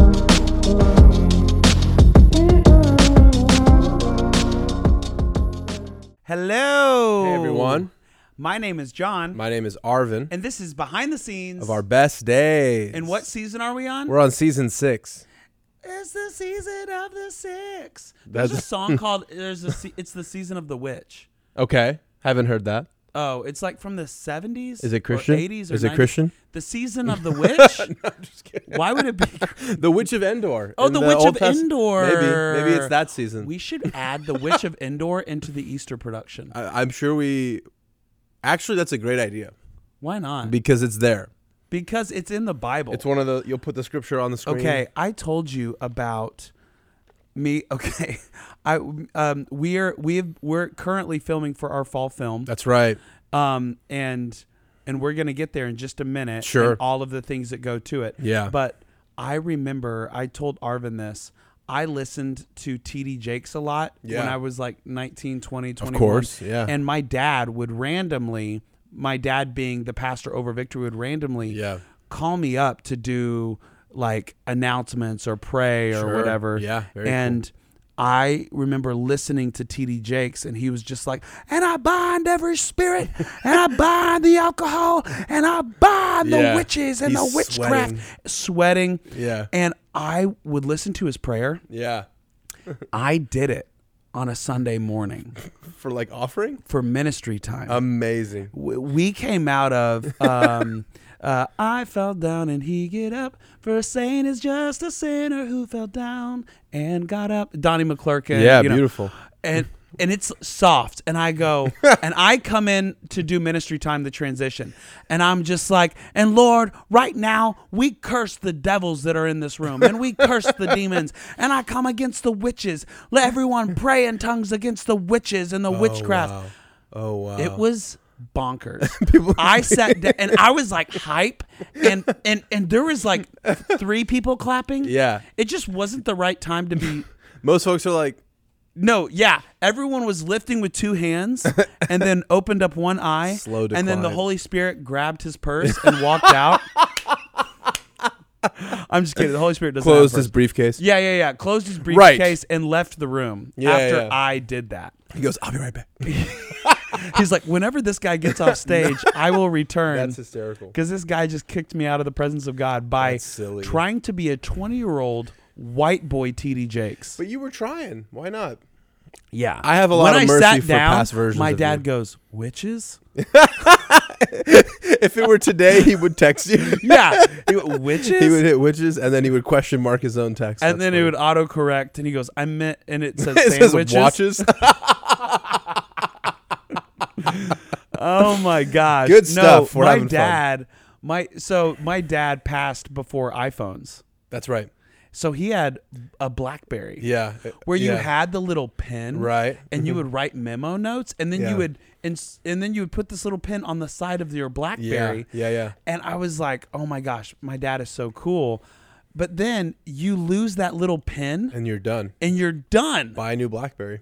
Hello. Hey everyone, My name is John, my name is Arvin and this is Behind the Scenes. of Our Best Days. and what season are we on? We're on season six. It's the season of the six. There's That's- a song called "There's a." Se- it's the season of the witch. Okay, haven't heard that. Oh, it's like from the seventies. Is it Christian? Or 80s or Is it 90s. Christian? The season of the witch. I'm just kidding. Why would it be? The Witch of Endor. Oh, in the Witch Old of Test- Endor. Maybe, maybe it's that season. We should add the witch of Endor into the Easter production. I, I'm sure we. Actually, that's a great idea Why not? because it's there. because it's in the Bible. It's one of the. You'll put the scripture on the screen. Okay, I told you about me. Okay, I um we are we've we're currently filming for our fall film. that's right. Um and and we're gonna get there in just a minute. and Sure. all of the things that go to it. Yeah. But I remember I told Arvin this. I listened to TD Jakes a lot when Yeah. I was like 19, 20, 21. course, yeah. And my dad would randomly, my dad being the pastor over Victory, would randomly Yeah. call me up to do like announcements or pray or Sure. whatever. Yeah, very and I remember listening to TD Jakes, and he was just like, "And I bind every spirit, and I bind the alcohol, and I bind the Yeah. witches and He's the witchcraft." Sweating. Yeah. And I would listen to his prayer. Yeah. I did it on a Sunday morning For like offering. for ministry time. Amazing. w- we came out of um, uh, I fell down and he get up. For a saint is just a sinner who fell down and got up. Donnie McClurkin. Yeah, you know. beautiful. And and it's soft. And I go and I come in to do ministry time, the transition. And I'm just like, and Lord, right now we curse the devils that are in this room, and we curse the demons, and I come against the witches. Let everyone pray in tongues against the witches and the witchcraft. Oh wow. It was bonkers. I sat down and I was like hype, and and and there was like three people clapping. Yeah. it just wasn't the right time to be. Most folks are like, No, yeah, everyone was lifting with two hands, and then opened up one eye. Slow And then the decline. Holy Spirit grabbed his purse and walked out. I'm just kidding. The Holy Spirit doesn't. have closed a purse. his briefcase. Yeah, yeah, yeah. Closed his Right. briefcase and left the room Yeah, after yeah. I did that. He goes, "I'll be right back." He's like, whenever this guy gets off stage, I will return. That's hysterical. because this guy just kicked me out of the presence of God by That's silly. trying to be a 20 year old white boy TD Jakes. But you were trying. Why not? yeah, I have a lot when of I mercy sat for down, past versions My of dad you. goes, "Witches." If it were today, he would text you. Yeah, he went, witches. he would hit witches, and then he would question mark his own text. and That's then funny. it would autocorrect, and he goes, "I meant," and it says It says sandwiches. watches. Oh my gosh, Good No, stuff. We're my having fun. dad, my so my dad passed before iPhones, That's right. so he had a BlackBerry. Yeah. where you Yeah. had the little pen, Right. Mm-hmm. And you would write memo notes, and then Yeah. you would and, s- and then you would put this little pen on the side of your BlackBerry. Yeah, yeah, yeah. And I was like, oh my gosh, my dad is so cool. But then you lose that little pen. and you're done. And you're done. Buy a new BlackBerry.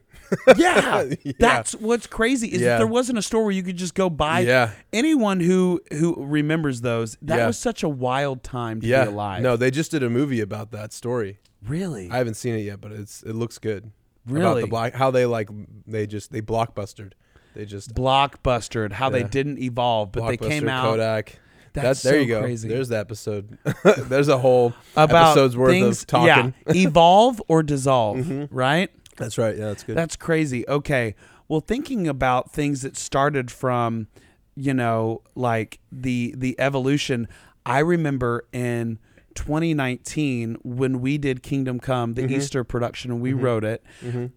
Yeah, Yeah. that's what's crazy is that Yeah. there wasn't a store where you could just go buy. Yeah. anyone who who remembers those, that Yeah. was such a wild time to yeah. be alive. No, they just did a movie about that story. really, I haven't seen it yet, but it's it looks good. About Really? the black how they like they just they blockbustered. They just blockbustered how they Yeah. didn't evolve, but they came blockbuster out. Kodak. That's that, there so you go. crazy. There's the episode. There's a whole about episode's worth things, of talking. Mm-hmm. Yeah, evolve or dissolve, right? That's right. Yeah, that's good. That's crazy. Okay. Well, thinking about things that started from, you know, like the the evolution. I remember in 2019 when we did Kingdom Come, Mm-hmm. the Easter production, and we wrote it.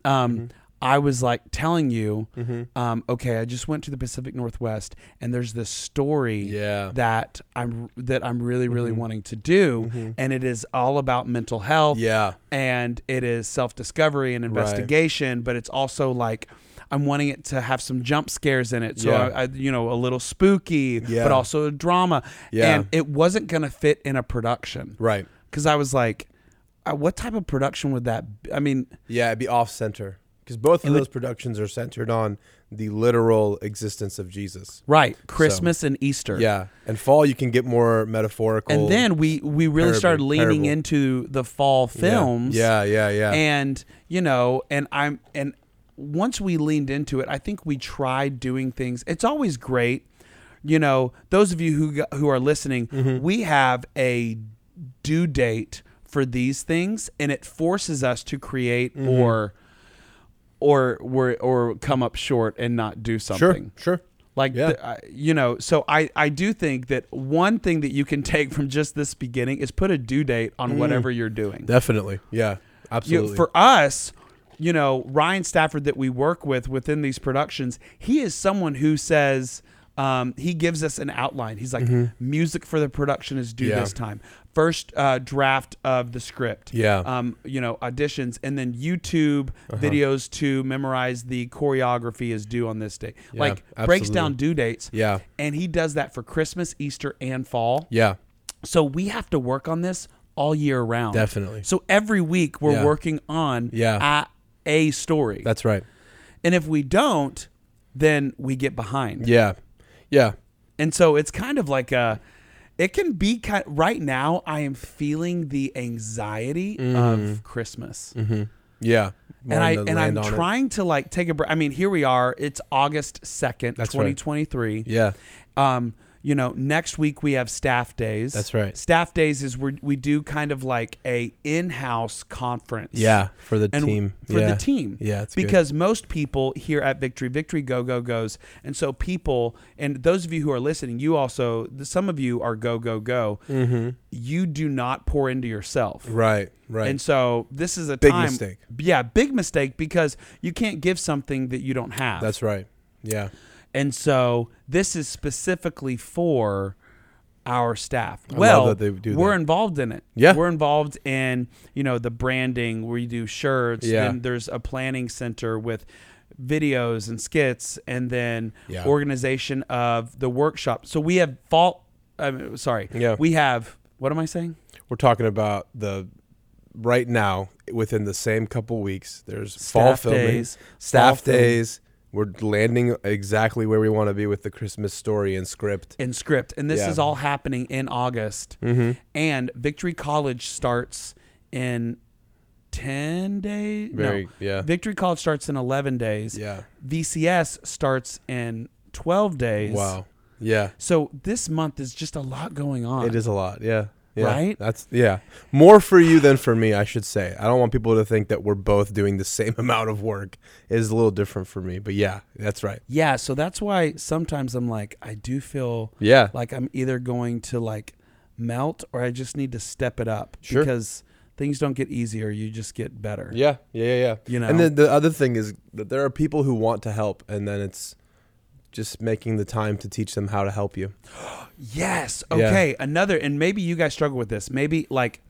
Um, I was like telling you, Mm-hmm. um, okay, I just went to the Pacific Northwest, and there's this story Yeah. that I'm that I'm really really Mm-hmm. wanting to do, and it is all about mental health yeah. and it is self discovery and investigation, but it's also like I'm wanting it to have some jump scares in it. So, Yeah. I, I, you know, a little spooky, Yeah. but also a drama. Yeah. And it wasn't going to fit in a production. Right. Because I was like, uh, what type of production would that be? I mean, Yeah, it'd be off center. because both of And the- those productions are centered on the literal existence of Jesus. Right. Christmas and Easter. Yeah, and fall you can get more metaphorical. And then we we really Parable- started leaning parable. into the fall Yeah. films. Yeah, yeah, yeah. and you know and i'm and once we leaned into it i think we tried doing things it's always great you know those of you who got- who are listening Mm-hmm. we have a due date for these things and it forces us to create Mm-hmm. or or or or come up short and not do sure, something sure. like Yeah. the, I- you know so i i do think that one thing that you can take from just this beginning is put a due date on Mm. whatever you're doing Definitely. Yeah. you- Absolutely. for us, you know, Ryan Stafford that we work with within these productions, he is someone who says, um, he gives us an outline. He's like, music for the production is due Mm-hmm. Yeah. this time. First uh, draft of the script. Yeah. Uh-huh. Um, you know, auditions and then YouTube videos to memorize the choreography is due on this day. like breaks absolutely. down due dates. yeah. And he does that for Christmas, Easter, and fall. Yeah. So we have to work on this all year round. Definitely. So every week we're Yeah. working on Yeah. a, a story. That's right. and if we don't, then we get behind. Yeah. Yeah. And so it's kind of like a it can be kind right now I am feeling the anxiety of Christmas. Yeah. And I Wanted Mm-hmm. and to I'm land on it. trying to like take a break. I mean, here we are. It's August 2nd, That's right. 2023. Yeah. Um, you know, next week we have staff days. That's right. Staff days is where we do kind of like a in-house conference. Yeah. For the and team. for yeah. the team. Yeah. It's good. because most people here at Victory, Victory Go Go Goes, and so people, and those of you who are listening, you also, some of you are Go Go Go. Mm-hmm. You do not pour into yourself. Right. Right. And so this is a Big time, mistake. Yeah, big mistake because you can't give something that you don't have. That's right. Yeah. And so this is specifically for our staff. love well, that they do we're that. involved in it. Yeah. We're involved in, you know, the branding where you do shirts. Yeah. Then there's a planning center with videos and skits and then Yeah. organization of the workshop. So we have fault. I'm sorry. Yeah. We have, what am I saying? We're talking about the right now within the same couple weeks. There's fall Staff filming, days, staff fall film- days. We're landing exactly where we want to be with the Christmas story and script. and script. And this Yeah. Mm-hmm. is all happening in August. And Victory College starts in 10 days. Very- no. yeah. Victory College starts in 11 days. Yeah. VCS starts in 12 days. Wow. Yeah. So this month is just a lot going on. It is a lot, yeah. Yeah. Right? That's yeah. More for you than for me, I should say. I don't want people to think that we're both doing the same amount of work. It is a little different for me, but yeah, that's right. Yeah. So that's why sometimes I'm like, I do feel Yeah. like I'm either going to like melt or I just need to step it up Sure. because things don't get easier. You just get better. Yeah. Yeah, yeah, yeah. You know. And then the other thing is that there are people who want to help and then it's just making the time to teach them how to help you. Yes. Yeah. Okay. Another, and maybe you guys struggle with this. Maybe like,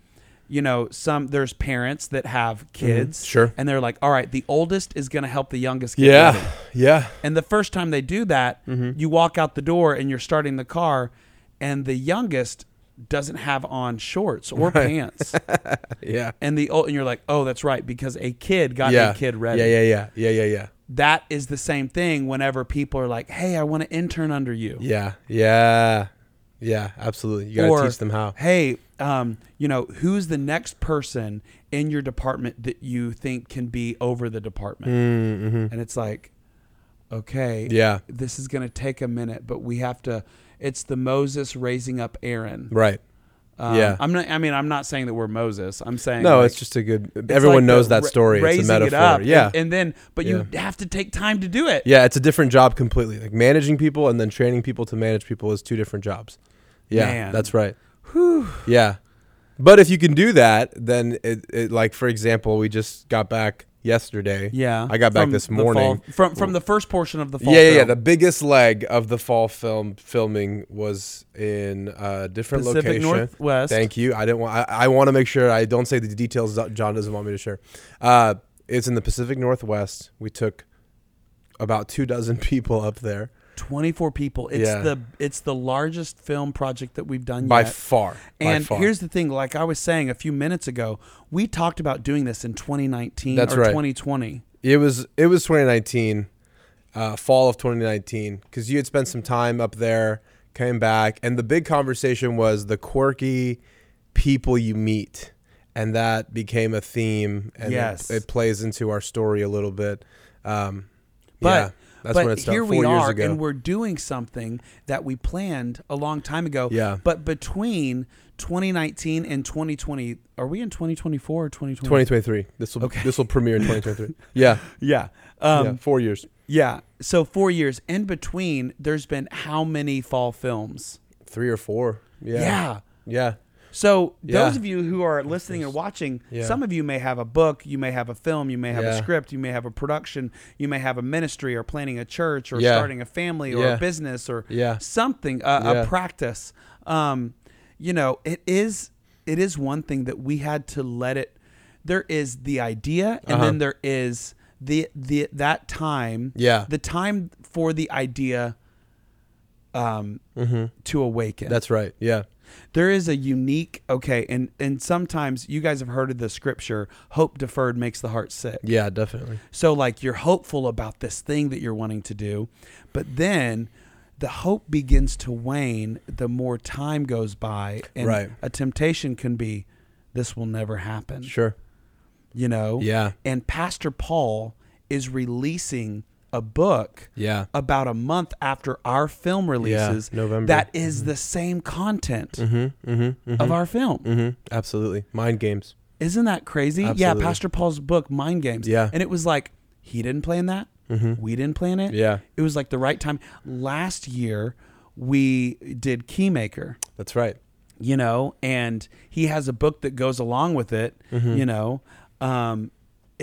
you know, some there's parents that have kids. Mm-hmm. Sure. And they're like, all right, the oldest is going to help the youngest. Get ready." Yeah. Mm-hmm. Yeah. And the first time they do that, you walk out the door and you're starting the car, and the youngest doesn't have on shorts or pants. Yeah. and the old, and you're like, oh, that's right, because a kid got Yeah. a kid ready. Yeah, yeah, yeah. Yeah, yeah, yeah. That is the same thing. Whenever people are like, hey, I want to intern under you. Yeah. Yeah. Yeah, absolutely. You got or to teach them how. Hey, um, you know, who's the next person in your department that you think can be over the department? Mm-hmm. And it's like, okay, Yeah. this is going to take a minute, but we have to. It's the Moses raising up Aaron. Right. Um, yeah. I'm not. I mean, I'm not saying that we're Moses. I'm saying No, like, it's just a good. it's everyone like knows the that ra- story. It's a raising it metaphor. up, yeah, and, and then, but you have to take time to do it. yeah, it's a different job completely. Like managing people and then training people to manage people is two different jobs. Yeah, Man. that's right. Yeah, but if you can do that, then it, it like for example, we just got back yesterday. Yeah. I got back From this the fall- morning. from from the first portion of the fall. yeah, yeah, yeah. film. The biggest leg of the fall film filming was in a different Pacific location. Northwest. Thank you. I didn't want. I, I want to make sure I don't say the details that John doesn't want me to share. Uh, it's in the Pacific Northwest. We took about two dozen people up there 24 people. It's Yeah. the it's the largest film project that we've done by yet. far. and by far. here's the thing, like I was saying a few minutes ago, we talked about doing this in 2019 That's or right. 2020. It was it was 2019, uh, fall of 2019, because you had spent some time up there, came back, and the big conversation was the quirky people you meet, and that became a theme, and it- Yes. it, plays into our story a little bit. Um, But yeah, that's but when it started here four we years are, ago. and we're doing something that we planned a long time ago. Yeah. But between 2019 and 2020, are we in 2024 or 2020? 2023. This will this will premiere in 2023. yeah, Yeah. Um, yeah, four years, yeah. So four years in between. There's been how many fall films? three or four. Yeah, yeah. yeah. So Yeah. those of you who are listening or watching, Yeah. some of you may have a book, you may have a film, you may have a Yeah. script, you may have a production, you may have a ministry or planning a church or Yeah. starting a family or Yeah. a business or Yeah. something, a, a Yeah. practice. Um, you know, it is it is one thing that we had to let it. There is the idea, and Uh-huh. then there is the the that time. Yeah. the time for the idea. Um, to awaken. Mm-hmm. That's right. Yeah, There is a unique okay, and and sometimes you guys have heard of the scripture, hope deferred makes the heart sick. yeah, definitely. So like you're hopeful about this thing that you're wanting to do, but then the hope begins to wane the more time goes by and Right. a temptation can be this will never happen, Sure. you know? Yeah. And Pastor Paul is releasing a book Yeah. about a month after our film releases November. that is the same content Mm-hmm. Mm-hmm. of our film. Mm-hmm. Absolutely. Mind games. Isn't that crazy? Absolutely. Yeah, Pastor Paul's book, Mind Games. Yeah. Mm-hmm. And it was like, he didn't plan that. We didn't plan it. Yeah. It was like the right time. Last year, we did Keymaker, That's right. you know, and he has a book that goes along with it, Mm-hmm. you know. Um,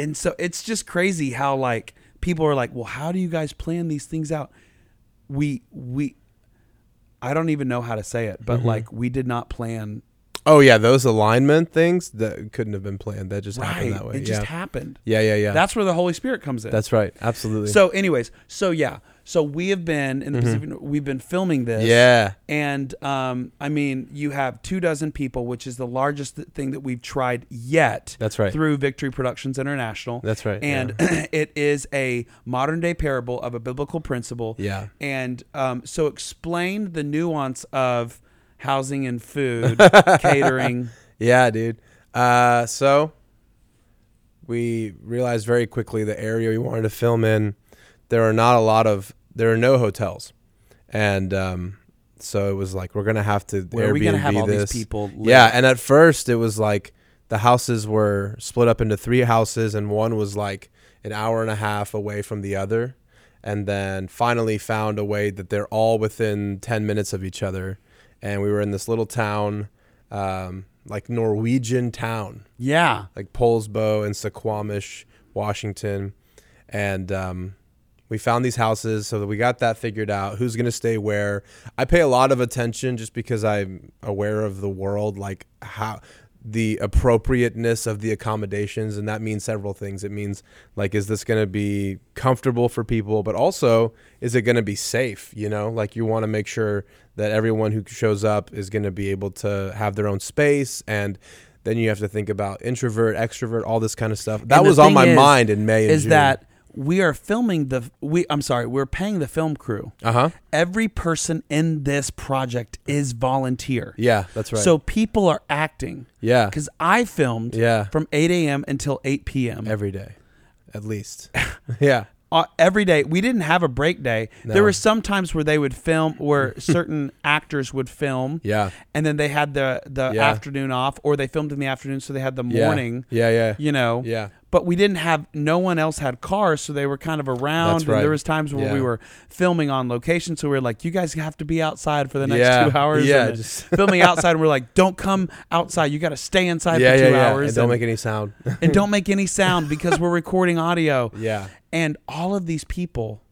and so it's just crazy how, like, people are like, well, how do you guys plan these things out? We, we, I don't even know how to say it, but Mm-hmm. like, we did not plan. Oh yeah, those alignment things that couldn't have been planned. That just happened that way. it yeah. just happened. yeah. Yeah. Yeah. That's where the Holy Spirit comes in. That's right. Absolutely. so, anyways, so yeah, so we have been in the Pacific. We've been filming this. Mm-hmm. yeah. And um, I mean, you have two dozen people, which is the largest th- thing that we've tried yet. That's right. Through Victory Productions International. That's right, And it is a modern day parable of a biblical principle. Yeah. And um, so, explain the nuance of housing and food, catering. Yeah, dude. Uh, so we realized very quickly the area we wanted to film in. There are not a lot of. There are no hotels, and um, so it was like we're gonna have to Where are we gonna Airbnb have all these this. people live? Yeah, and at first it was like the houses were split up into three houses, and one was like an hour and a half away from the other. And then finally found a way that they're all within 10 minutes of each other. And we were in this little town, um, like Norwegian town, Yeah. like Polsbo and Suquamish, Washington. And um, we found these houses so that we got that figured out. Who's going to stay where? I pay a lot of attention just because I'm aware of the world, like how the appropriateness of the accommodations. And that means several things. It means, like, is this going to be comfortable for people? But also, is it going to be safe? You know, like, you want to make sure that everyone who shows up is going to be able to have their own space and then you have to think about introvert, extrovert, all this kind of stuff. That And the was on thing my is- mind in May. And is June. that we are filming the we I'm sorry, we're paying the film crew. uh huh? Every person in this project is volunteer. Yeah, that's right. So people are acting. yeah, Because I filmed Yeah. from 8 a.m. until 8 p.m. every day, at least. yeah, Uh, every day. We didn't have a break day. There were some times where they would film, where certain actors would film. yeah, And then they had the, the Yeah. afternoon off, or they filmed in the afternoon, so they had the yeah. morning, Yeah, yeah, you know. yeah, but we didn't have no one else had cars so they were kind of around That's and right. there was times where we Yeah. were filming on location so we were like you guys have to be outside for the next Yeah. two hours Yeah, and just- filming outside and we're like don't come outside you got to stay inside yeah, for yeah, two yeah. hours And don't make any sound. and don't make any sound because we're recording audio yeah, and all of these people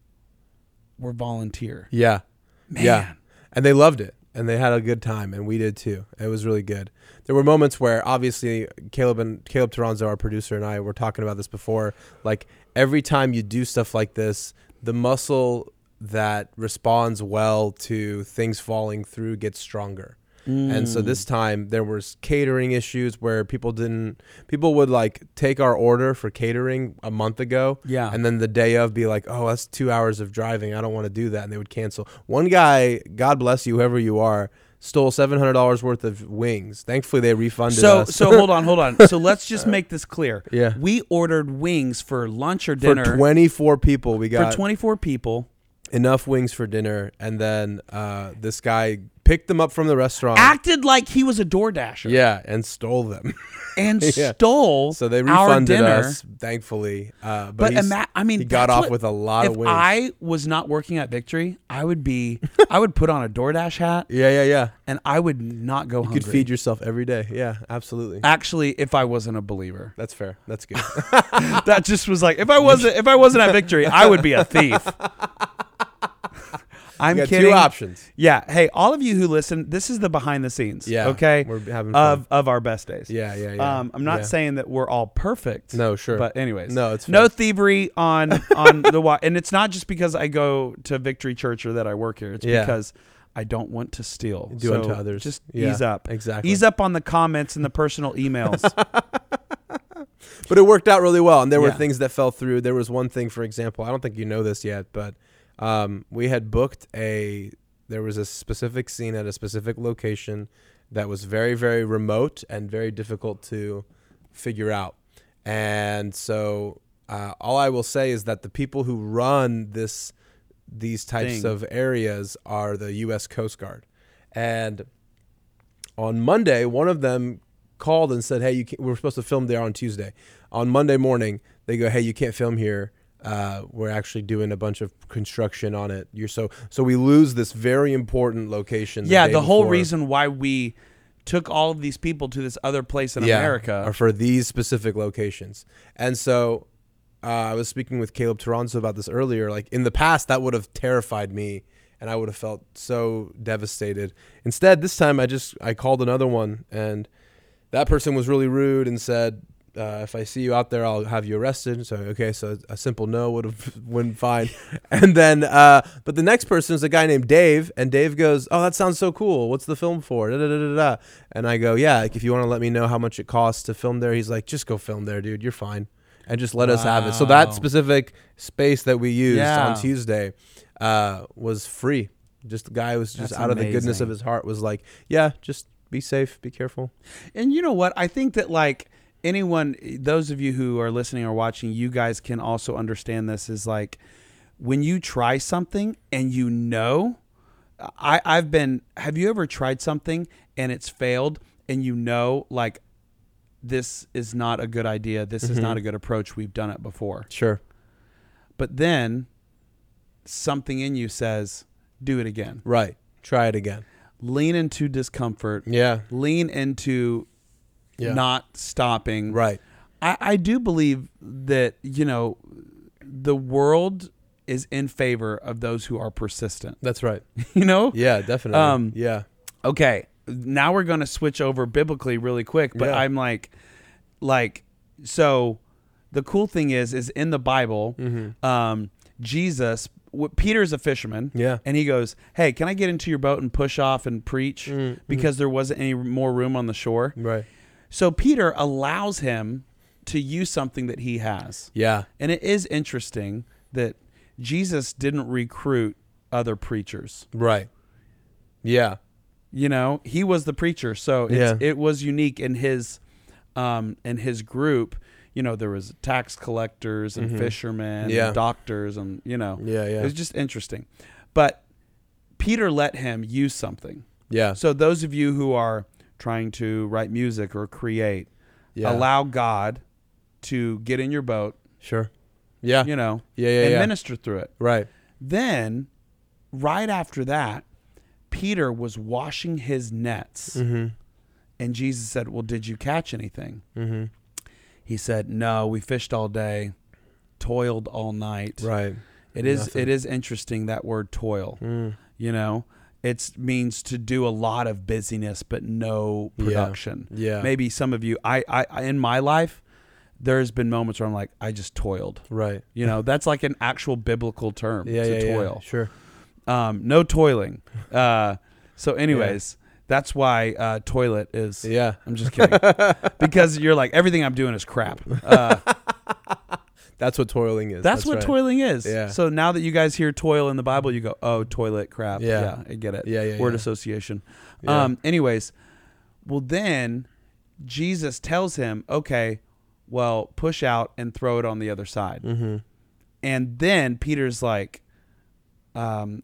were volunteer yeah, man yeah. And they loved it, and they had a good time, and we did too. It was really good. There were moments where, obviously, Caleb and Caleb Toronzo, our producer, and I were talking about this before. Like every time you do stuff like this, the muscle that responds well to things falling through gets stronger. And so Mm. this time there was catering issues where people didn't people would like take our order for catering a month ago. Yeah. And then the day of be like, Oh, that's two hours of driving. I don't want to do that and they would cancel. One guy, God bless you, whoever you are, stole seven hundred dollars worth of wings. Thankfully they refunded So us. so hold on, hold on. So let's just make this clear. Yeah. We ordered wings for lunch or for dinner for, 24 people we got 24 people enough wings for dinner and then uh, this guy picked them up from the restaurant acted like he was a DoorDasher yeah and stole them and Yeah. stole so they our refunded dinner. us thankfully uh, but, But he's- ima- I mean, he got that's off what- with a lot If of wings I was not working at Victory, I would be I would put on a DoorDash hat yeah yeah yeah and I would not go you hungry. could feed yourself every day yeah absolutely Actually, if I wasn't a believer. that's fair that's good that just was like if I wasn't if I wasn't at Victory, I would be a thief. I'm you got kidding. two options Yeah. Hey, all of you who listen, this is the behind the scenes. Yeah, Okay. we're having fun. of of our best days. yeah yeah yeah Um, I'm not Yeah. saying that we're all perfect. No, sure. But anyways, No, it's no thievery on on the wa- and it's not just because I go to Victory Church or that I work here. It's Yeah. because I don't want to steal. Do unto others. Just Yeah, ease up. exactly. Ease up on the comments and the personal emails. But it worked out really well, and there were Yeah. things that fell through. There was one thing, for example, I don't think you know this yet, but um, we had booked a. There was a specific scene at a specific location that was very, very remote and very difficult to figure out. And so, uh, all I will say is that the people who run this these types Thing. of areas are the U.S. Coast Guard, and on Monday, one of them called and said, "Hey, you can't, we're supposed to film there on Tuesday." On Monday morning, they go, "Hey, you can't film here. Uh, we're actually doing a bunch of construction on it. You're so so we lose this very important location." yeah. day The whole before. reason why we took all of these people to this other place in Yeah, America. are for these specific locations. And so uh, I was speaking with Caleb Toronto about this earlier. Like in the past, that would have terrified me, and I would have felt so devastated. Instead, this time I just I called another one, and that person was really rude and said. Uh, if I see you out there, I'll have you arrested. So okay, so a simple no would have went fine. And then, uh, but the next person is a guy named Dave, and Dave goes, "Oh, that sounds so cool. What's the film for?" Da, da, da, da, da. And I go, "Yeah, like, if you want to let me know how much it costs to film there." He's like, "Just go film there, dude. You're fine, and just let us have it." So Wow. that specific space that we used Yeah. on Tuesday uh, was free. Just the guy was just That's out of the goodness amazing. of his heart was like, "Yeah, just be safe, be careful." And you know what? I think that like anyone, those of you who are listening or watching, you guys can also understand this is like when you try something and you know, I I've been. Have you ever tried something and it's failed and you know like this is not a good idea. This is not a good approach. We've done it before. Sure. But then something in you says, do it again. Right. Try it again. Lean into discomfort. Yeah. Lean into Yeah. not stopping. Right. I, I do believe that you know the world is in favor of those who are persistent. That's right. You know, Yeah, definitely. Um, yeah. okay. Now we're going to switch over biblically really quick, but Yeah. I'm like, like, so the cool thing is, is in the Bible, Mm-hmm. um, Jesus, w- Peter's a fisherman, Yeah. and he goes, "Hey, can I get into your boat and push off and preach Mm-hmm. because there wasn't any more room on the shore?" Right. So Peter allows him to use something that he has. Yeah. And it is interesting that Jesus didn't recruit other preachers. Right. Yeah. You know, he was the preacher, so it's, Yeah. it was unique in his um, in his group. You know, there was tax collectors and fishermen, Mm-hmm. Yeah. and doctors, and you know, Yeah, yeah. it was just interesting. But Peter let him use something. Yeah. So those of you who are trying to write music or create, Yeah. allow God to get in your boat. Sure. Yeah. You know, Yeah, yeah, and yeah. minister through it. Right. Then, right after that, Peter was washing his nets. Mm-hmm. And Jesus said, Well, did you catch anything? Mm-hmm. He said, No, we fished all day, toiled all night. Right. It is it is interesting that word toil. Mm. You know, it means to do a lot of busyness but no production. Yeah. Maybe some of you I, I I in my life there's been moments where I'm like I just toiled. Right. You know, that's like an actual biblical term Yeah. to yeah, yeah. toil. Sure. Um, no toiling. Uh, so anyways, That's why uh, toilet is. Yeah. I'm just kidding. because you're like everything I'm doing is crap. Uh, That's what toiling is. that's, what right. toiling is. Yeah. So now that you guys hear toil in the Bible, you go, oh, toilet crap. Yeah. Yeah, I get it. Yeah, yeah, Word yeah. association. Yeah. Um. Anyways, well then, Jesus tells him, okay, well push out and throw it on the other side. Mm-hmm. And then Peter's like, um,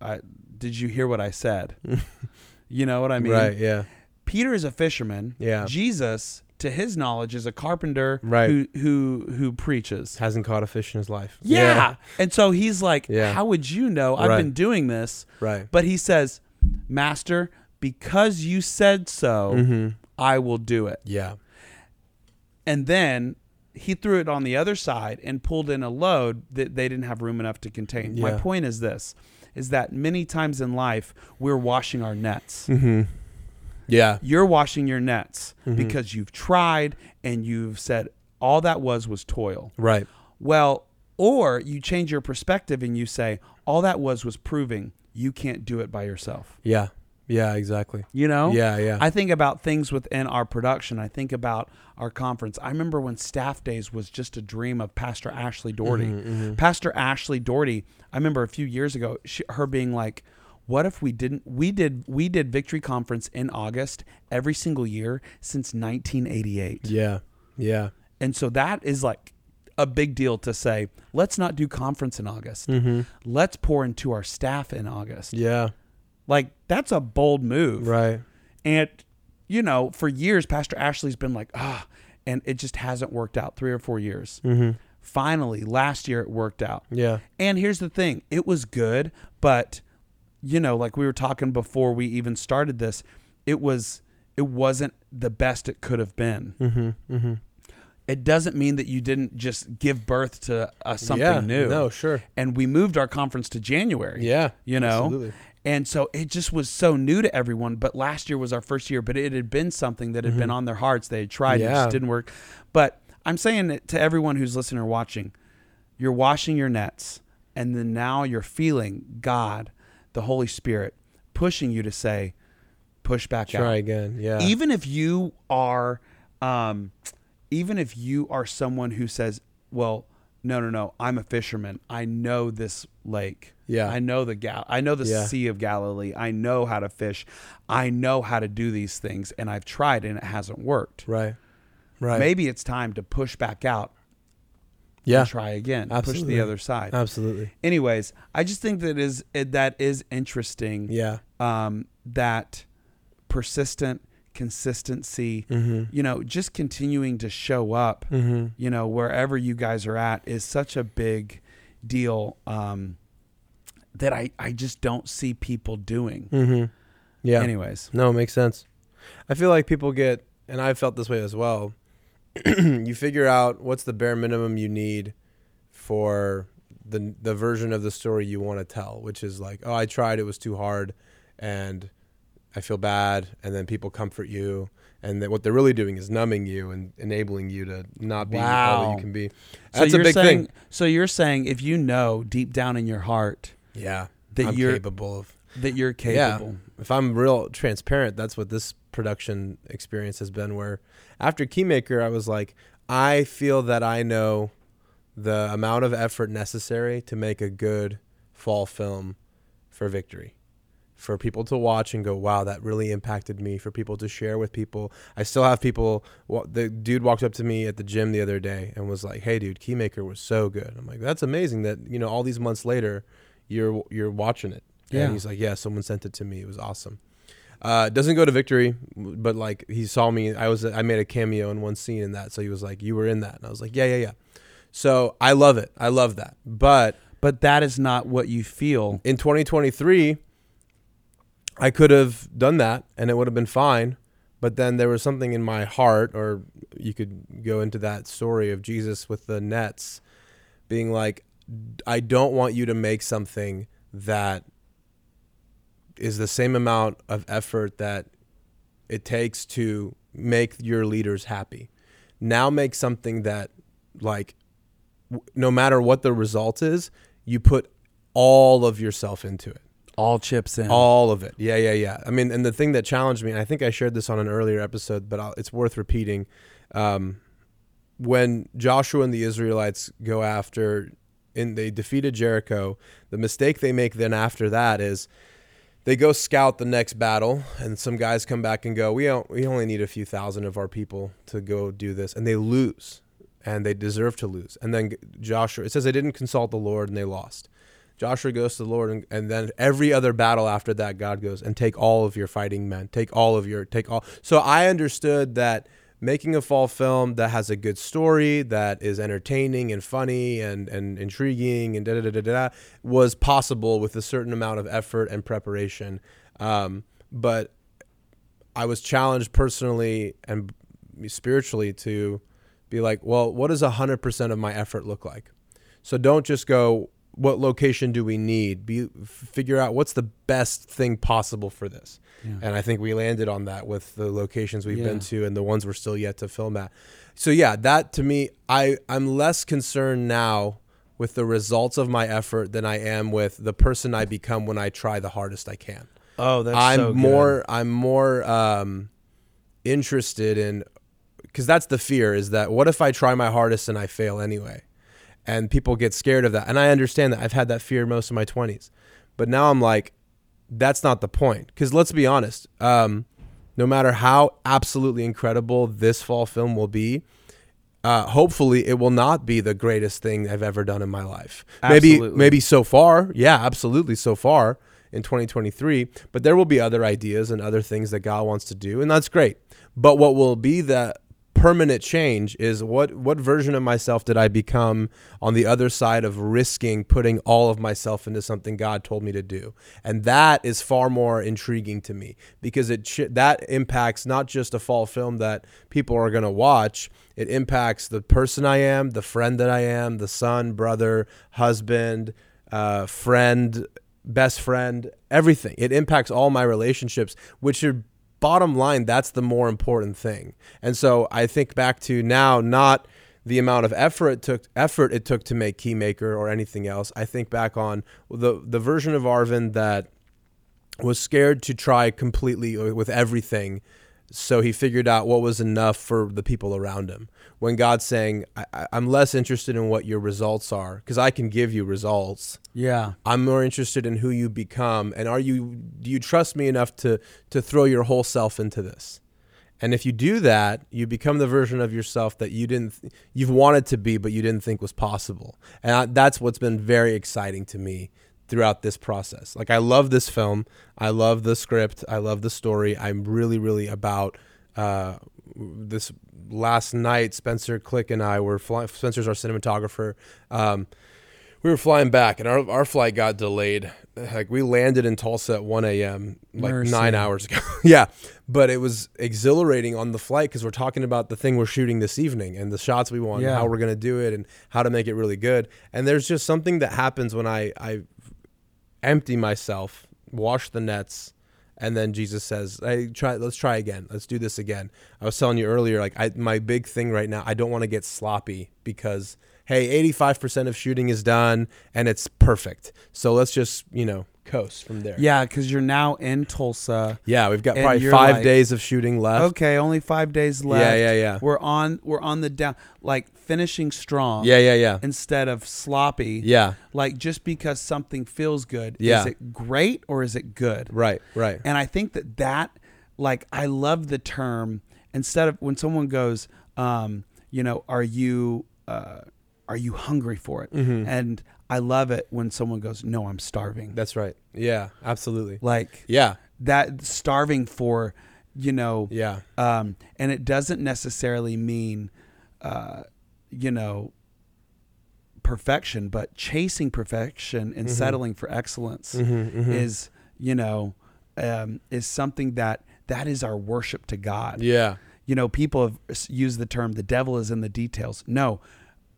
I, did you hear what I said? you know what I mean? right. Yeah. Peter is a fisherman. Yeah. Jesus, to his knowledge, is a carpenter Right. who who who preaches. Hasn't caught a fish in his life. Yeah. And so he's like, Yeah. How would you know I've Right. been doing this? Right. But he says, Master, because you said so, Mm-hmm. I will do it. Yeah. And then he threw it on the other side and pulled in a load that they didn't have room enough to contain. My Yeah. point is this is that many times in life we're washing our Mm. nets. Mm-hmm. Yeah. you're washing your nets Mm-hmm. because you've tried and you've said all that was was toil. Right. Well, or you change your perspective and you say all that was was proving you can't do it by yourself. Yeah. Yeah. Exactly. You know? Yeah. Yeah. Oh. I think about things within our production. I think about our conference. I remember when staff days was just a dream of Pastor Ashley Doherty. Pastor Ashley Doherty, I remember a few years ago, she, her being like, what if we didn't we did we did victory conference in august every single year since 1988 yeah. Yeah. and so that is like a big deal to say let's not do conference in august let's pour into our staff in august Yeah. like that's a bold move Right. and, you know, for years, Pastor Ashley's been like, ah, and it just hasn't worked out three or four years. Finally, last year it worked out. Yeah. And here's the thing it was good, but, you know, like we were talking before we even started this, it was. It wasn't the best it could have been. Mm-hmm, mm-hmm. It doesn't mean that you didn't just give birth to uh, something yeah. new. No. Sure. And we moved our conference to January Yeah. you know Absolutely. and so it just was so new to everyone but last year was our first year but it had been something that had been on their hearts they had tried and it Mm-hmm. Yeah. just didn't work but i'm saying it to everyone who's listening or watching you're washing your nets and then now you're feeling god the holy spirit pushing you to say push back out Try again. Yeah. even if you are um even if you are someone who says well no no no i'm a fisherman i know this lake Yeah. i know the gal i know the Yeah. sea of galilee i know how to fish i know how to do these things and i've tried and it hasn't worked right. Right. maybe it's time to push back out Yeah. and try again push Absolutely. Uh, the other side Absolutely. anyways i just think that is that is interesting Yeah. um, that persistent consistency, Mm-hmm. you know, just continuing to show up, you know, wherever you guys are at is such a big deal um, that I, I just don't see people doing. Mm, Mm-hmm. Yeah. Anyways, No, it makes sense. I feel like people get, and I felt this way as well. you figure out what's the bare minimum you need for the the version of the story you want to tell, which is like, oh, I tried, it was too hard, and I feel bad, and then people comfort you, and that what they're really doing is numbing you and enabling you to not be all that Wow. you can be. That's you're a big saying, thing. So you're saying if you know deep down in your heart Yeah, That I'm you're- capable of. that you're capable. Yeah. If I'm real transparent, that's what this production experience has been where after Keymaker I was like, I feel that I know the amount of effort necessary to make a good fall film for victory. For people to watch and go, wow, that really impacted me. For people to share with people, I still have people. wa- The dude walked up to me at the gym the other day and was like, "Hey, dude, Keymaker was so good." I'm like, "That's amazing that you know all these months later, you're you're watching it." Yeah. And he's like, "Yeah, someone sent it to me. It was awesome." Uh, doesn't go to victory, but like he saw me. I was I made a cameo in one scene in that, so he was like, "You were in that," and I was like, "Yeah, yeah, yeah." So I love it. I love that. But But that is not what you feel. in 2023, I could have done that and it would have been fine. But then there was something in my heart, or you could go into that story of Jesus with the nets being like, I don't want you to make something that is the same amount of effort that it takes to make your leaders happy. Now make something that, like, w- no matter what the result is, you put all of yourself into it. all chips in. All of it. Yeah, yeah, yeah. I mean, and the thing that challenged me, and I think I shared this on an earlier episode, but I'll, it's worth repeating. Um, when Joshua and the Israelites go after, and they defeated Jericho, the mistake they make then after that is they go scout the next battle, and some guys come back and go, "We don't, we only need a few thousand of our people to go do this," and they lose, and they deserve to lose. And then Joshua, it says they didn't consult the Lord and they lost. Joshua goes to the Lord, and, and then every other battle after that, God goes and take all of your fighting men, take all of your, take all. So I understood that making a fall film that has a good story, that is entertaining and funny and and intriguing and da da da da da, was possible with a certain amount of effort and preparation. Um, but I was challenged personally and spiritually to be like, well, what does hundred percent of my effort look like? So don't just go, what location do we need be figure out what's the best thing possible for this yeah. and i think we landed on that with the locations we've yeah. been to and the ones we're still yet to film at so yeah that to me i i'm less concerned now with the results of my effort than i am with the person i become when i try the hardest i can oh that's i'm so more i'm more um interested in because that's the fear is that what if i try my hardest and i fail anyway and people get scared of that. And I understand that. I've had that fear most of my 20s. But now I'm like, that's not the point. Because let's be honest, um, no matter how absolutely incredible this fall film will be, uh, hopefully it will not be the greatest thing I've ever done in my life. Absolutely. Maybe, maybe so far. Yeah, absolutely so far in 2023. But there will be other ideas and other things that God wants to do, and that's great. But what will be the permanent change is what what version of myself did I become on the other side of risking putting all of myself into something God told me to do and that is far more intriguing to me because it that impacts not just a fall film that people are going to watch it impacts the person I am the friend that I am the son brother husband uh, friend best friend everything it impacts all my relationships which are bottom line, that's the more important thing. And so I think back to now, not the amount of effort it took effort it took to make Keymaker or anything else. I think back on the the version of Arvin that was scared to try completely uh, with everything. So he figured out what was enough for the people around him. When God's saying, I, am less interested in what your results are, because I can give you results. Yeah. I'm more interested in who you become and are you do you trust me enough to to throw your whole self into this? And if you do that, you become the version of yourself that you didn't th- you've wanted to be but you didn't think was possible. And I, that's what's been very exciting to me throughout this process. Like I love this film, I love the script, I love the story. I'm really really about uh, this last night Spencer Click and I were flying Spencer's our cinematographer um, we were flying back and our, our flight got delayed like we landed in tulsa at 1 a.m like Mercy. nine hours ago yeah but it was exhilarating on the flight because we're talking about the thing we're shooting this evening and the shots we want yeah. and how we're going to do it and how to make it really good and there's just something that happens when i i empty myself wash the nets and then Jesus says, "Hey, try. Let's try again. Let's do this again." I was telling you earlier, like I, my big thing right now, I don't want to get sloppy because hey, 85% of shooting is done and it's perfect. So let's just, you know, coast from there. Yeah, because you're now in Tulsa. Yeah, we've got probably five like, days of shooting left. Okay, only five days "Oh, left. Yeah, yeah, yeah. We're on we're on the down like finishing strong. Yeah, yeah, yeah. Instead of sloppy. Yeah. Like just because something feels good, yeah. is it great or is it good? Right, right. And I think that that like I love the term instead of when someone goes, um, you know, are you uh are you hungry for it? Mm-hmm. And I love it when someone goes, "No, I'm starving." That's right. Yeah, absolutely. Like yeah, that starving for, you know. Yeah. Um, and it doesn't necessarily mean, uh, you know, perfection, but chasing perfection and mm-hmm. settling for excellence mm-hmm, is, you know, um, is something that that is our worship to God. Yeah. You know, people have used the term "the devil is in the details." No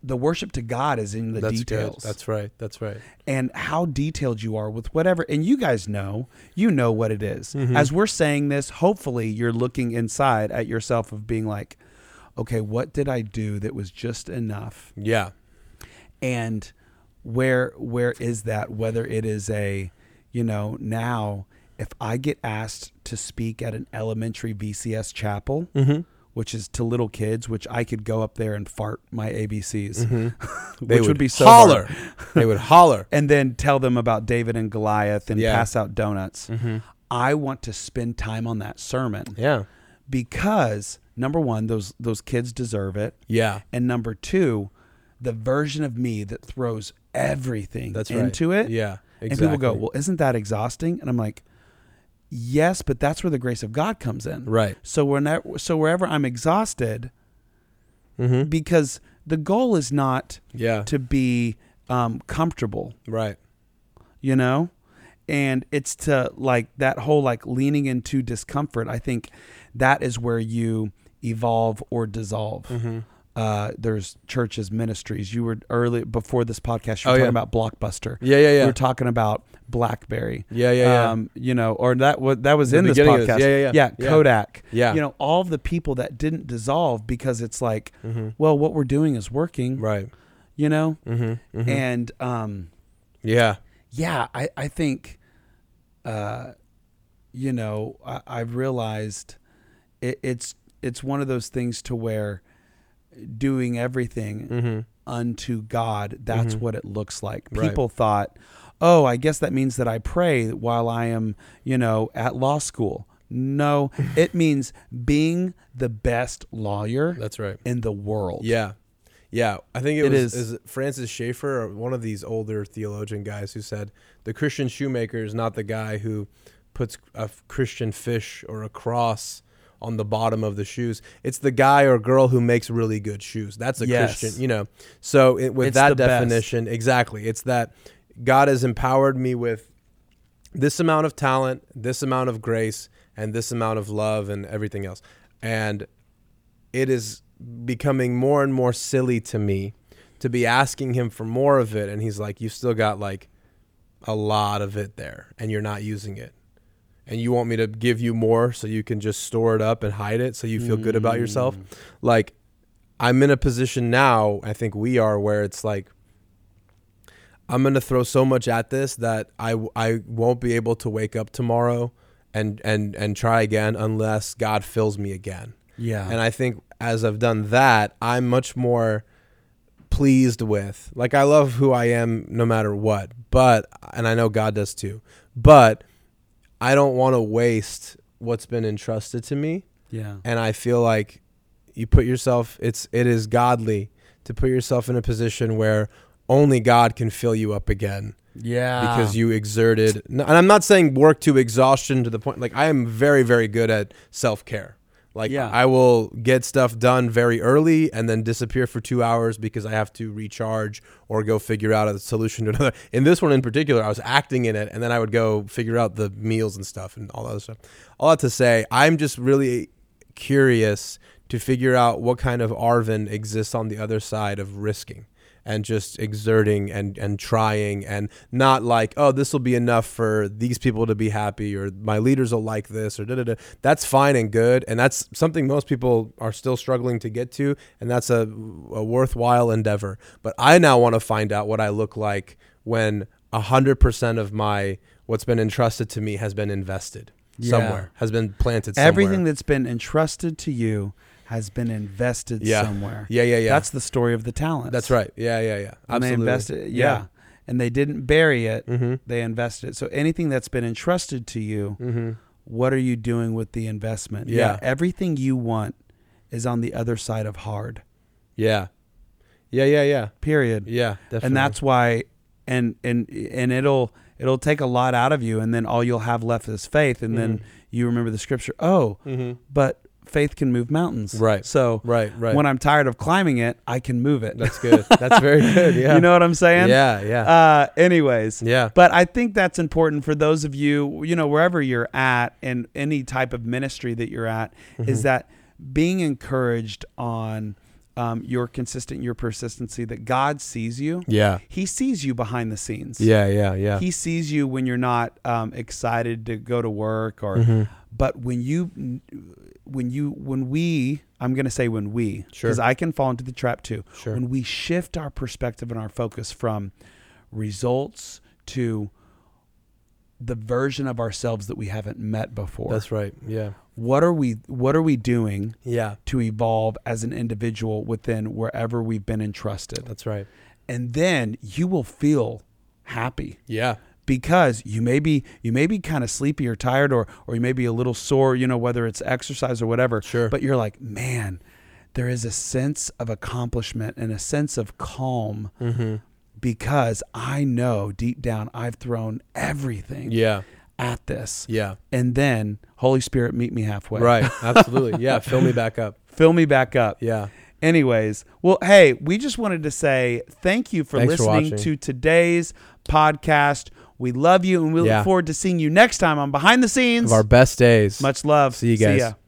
the worship to God is in the that's details. Good. That's right. That's right. And how detailed you are with whatever. And you guys know, you know what it is. Mm-hmm. As we're saying this, hopefully you're looking inside at yourself of being like, okay, what did I do that was just enough? Yeah. And where where is that? Whether it is a, you know, now if I get asked to speak at an elementary VCS chapel, Mm-hmm. which is to little kids, which I could go up there and fart my ABCs, which would, be so hard. Mm-hmm. holler. they would holler. and then tell them about David and Goliath and Yeah. Mm-hmm. pass out donuts. I want to spend time on that sermon Yeah. because number one, those those kids deserve it, Yeah. and number two, the version of me that throws everything That's right. into it. Yeah. And people go, exactly. "Well, isn't that exhausting?" And I'm like, "Yes, but that's where the grace of God comes in." Right. So whenever, so wherever I'm exhausted, Mm-hmm. because the goal is not Yeah. to be um, comfortable. Right. you know and it's to like that whole like leaning into discomfort i think that is where you evolve or dissolve Mm-hmm. uh, there's churches ministries you were early before this podcast you were Oh, talking yeah. about blockbuster Yeah. Yeah. we Yeah. were talking about blackberry yeah. Yeah. Yeah. um, you know or that was that was The in this beginning of this. podcast Yeah, yeah, yeah. Yeah. kodak yeah. you know all of the people that didn't dissolve because it's like mm-hmm. well what we're doing is working Right. you know Mm-hmm. and um yeah. yeah, I, I think, uh, you know, I, I've realized it, it's it's one of those things to where doing everything Mm-hmm. unto God, that's what it looks like. Right. People thought, oh, I guess that means that I pray while I am, you know, at law school. No, it means being the best lawyer That's right. in the world. Yeah. Yeah. I think it, It was is- is it Francis Schaeffer, or one of these older theologian guys, who said the Christian shoemaker is not the guy who puts a f- Christian fish or a cross on the bottom of the shoes. It's the guy or girl who makes really good shoes. That's a Yes. Christian, you know. So it, with It's the that best. definition, exactly. It's that God has empowered me with this amount of talent, this amount of grace, and this amount of love and everything else. And it is becoming more and more silly to me to be asking him for more of it. And he's like, You still got like a lot of it there, and you're not using it. And you want me to give you more so you can just store it up and hide it so you feel good about yourself? Like, I'm in a position now, I think we are, where it's like, I'm going to throw so much at this that I, I won't be able to wake up tomorrow and, and, and try again unless God fills me again. Yeah. And I think as I've done that, I'm much more pleased with. Like I love who I am no matter what. But and I know God does too. But I don't want to waste what's been entrusted to me yeah. and I feel like you put yourself it's it is godly to put yourself in a position where only God can fill you up again Yeah. because you exerted and i'm not saying work to exhaustion to the point like i am very very good at self-care like Yeah. i will get stuff done very early and then disappear for two hours because i have to recharge or go figure out a solution to another in this one in particular i was acting in it and then i would go figure out the meals and stuff and all that other stuff all that to say i'm just really curious to figure out what kind of arvin exists on the other side of risking and just exerting and and trying and not like oh this will be enough for these people to be happy or my leaders will like this or da da da that's fine and good and that's something most people are still struggling to get to and that's a, a worthwhile endeavor but I now want to find out what I look like when hundred percent of my what's been entrusted to me has been invested Yeah. somewhere has been planted somewhere. Everything that's been entrusted to you has been invested Yeah. somewhere. yeah yeah yeah That's the story of the talent. that's right yeah yeah And yeah Mm. they absolutely Mm-hmm. invested it. Yeah. And they didn't bury it, they invested it. So anything that's been entrusted to you, Mm-hmm. what are you doing with the investment? Mm. Yeah. Everything you want is on the other side of hard, yeah yeah yeah yeah period. yeah definitely. and that's why and and and it'll it'll take a lot out of you and then all you'll have left is faith and Mm. then you remember the scripture oh but faith can move mountains Right. so Mm-hmm. Right, right. when i'm tired of climbing it i can move it That's good. That's very good. Yeah. you know what i'm saying Yeah, yeah. uh anyways yeah. but i think that's important for those of you you know wherever you're at and any type of ministry that you're at Mm-hmm. is that being encouraged on um, your consistent your persistency that god sees you yeah. he sees you behind the scenes. Yeah, yeah, yeah. He sees you when you're not um, excited to go to work or Mm-hmm. but when you when you when we I'm going to say when we Sure. I can fall into the trap too. Sure. When we shift our perspective and our focus from results to the version of ourselves that we haven't met before. That's right. Yeah. what are we what are we doing Yeah. to evolve as an individual within wherever we've been entrusted? That's right. And then you will feel happy Yeah. because you may be you may be kind of sleepy or tired or or you may be a little sore, you know, whether it's exercise or whatever. Sure. But you're like, man, there is a sense of accomplishment and a sense of calm Mm-hmm. because I know deep down I've thrown everything Yeah. at this. Yeah. And then Holy Spirit meet me halfway. Right. Absolutely. Yeah. Fill me back up. Fill me back up. Yeah. Anyways, well, hey, we just wanted to say thank you for Thanks for listening watching. to today's podcast. We love you and we Yeah. look forward to seeing you next time on Behind the Scenes. Of our best days. Much love. See you guys. ya.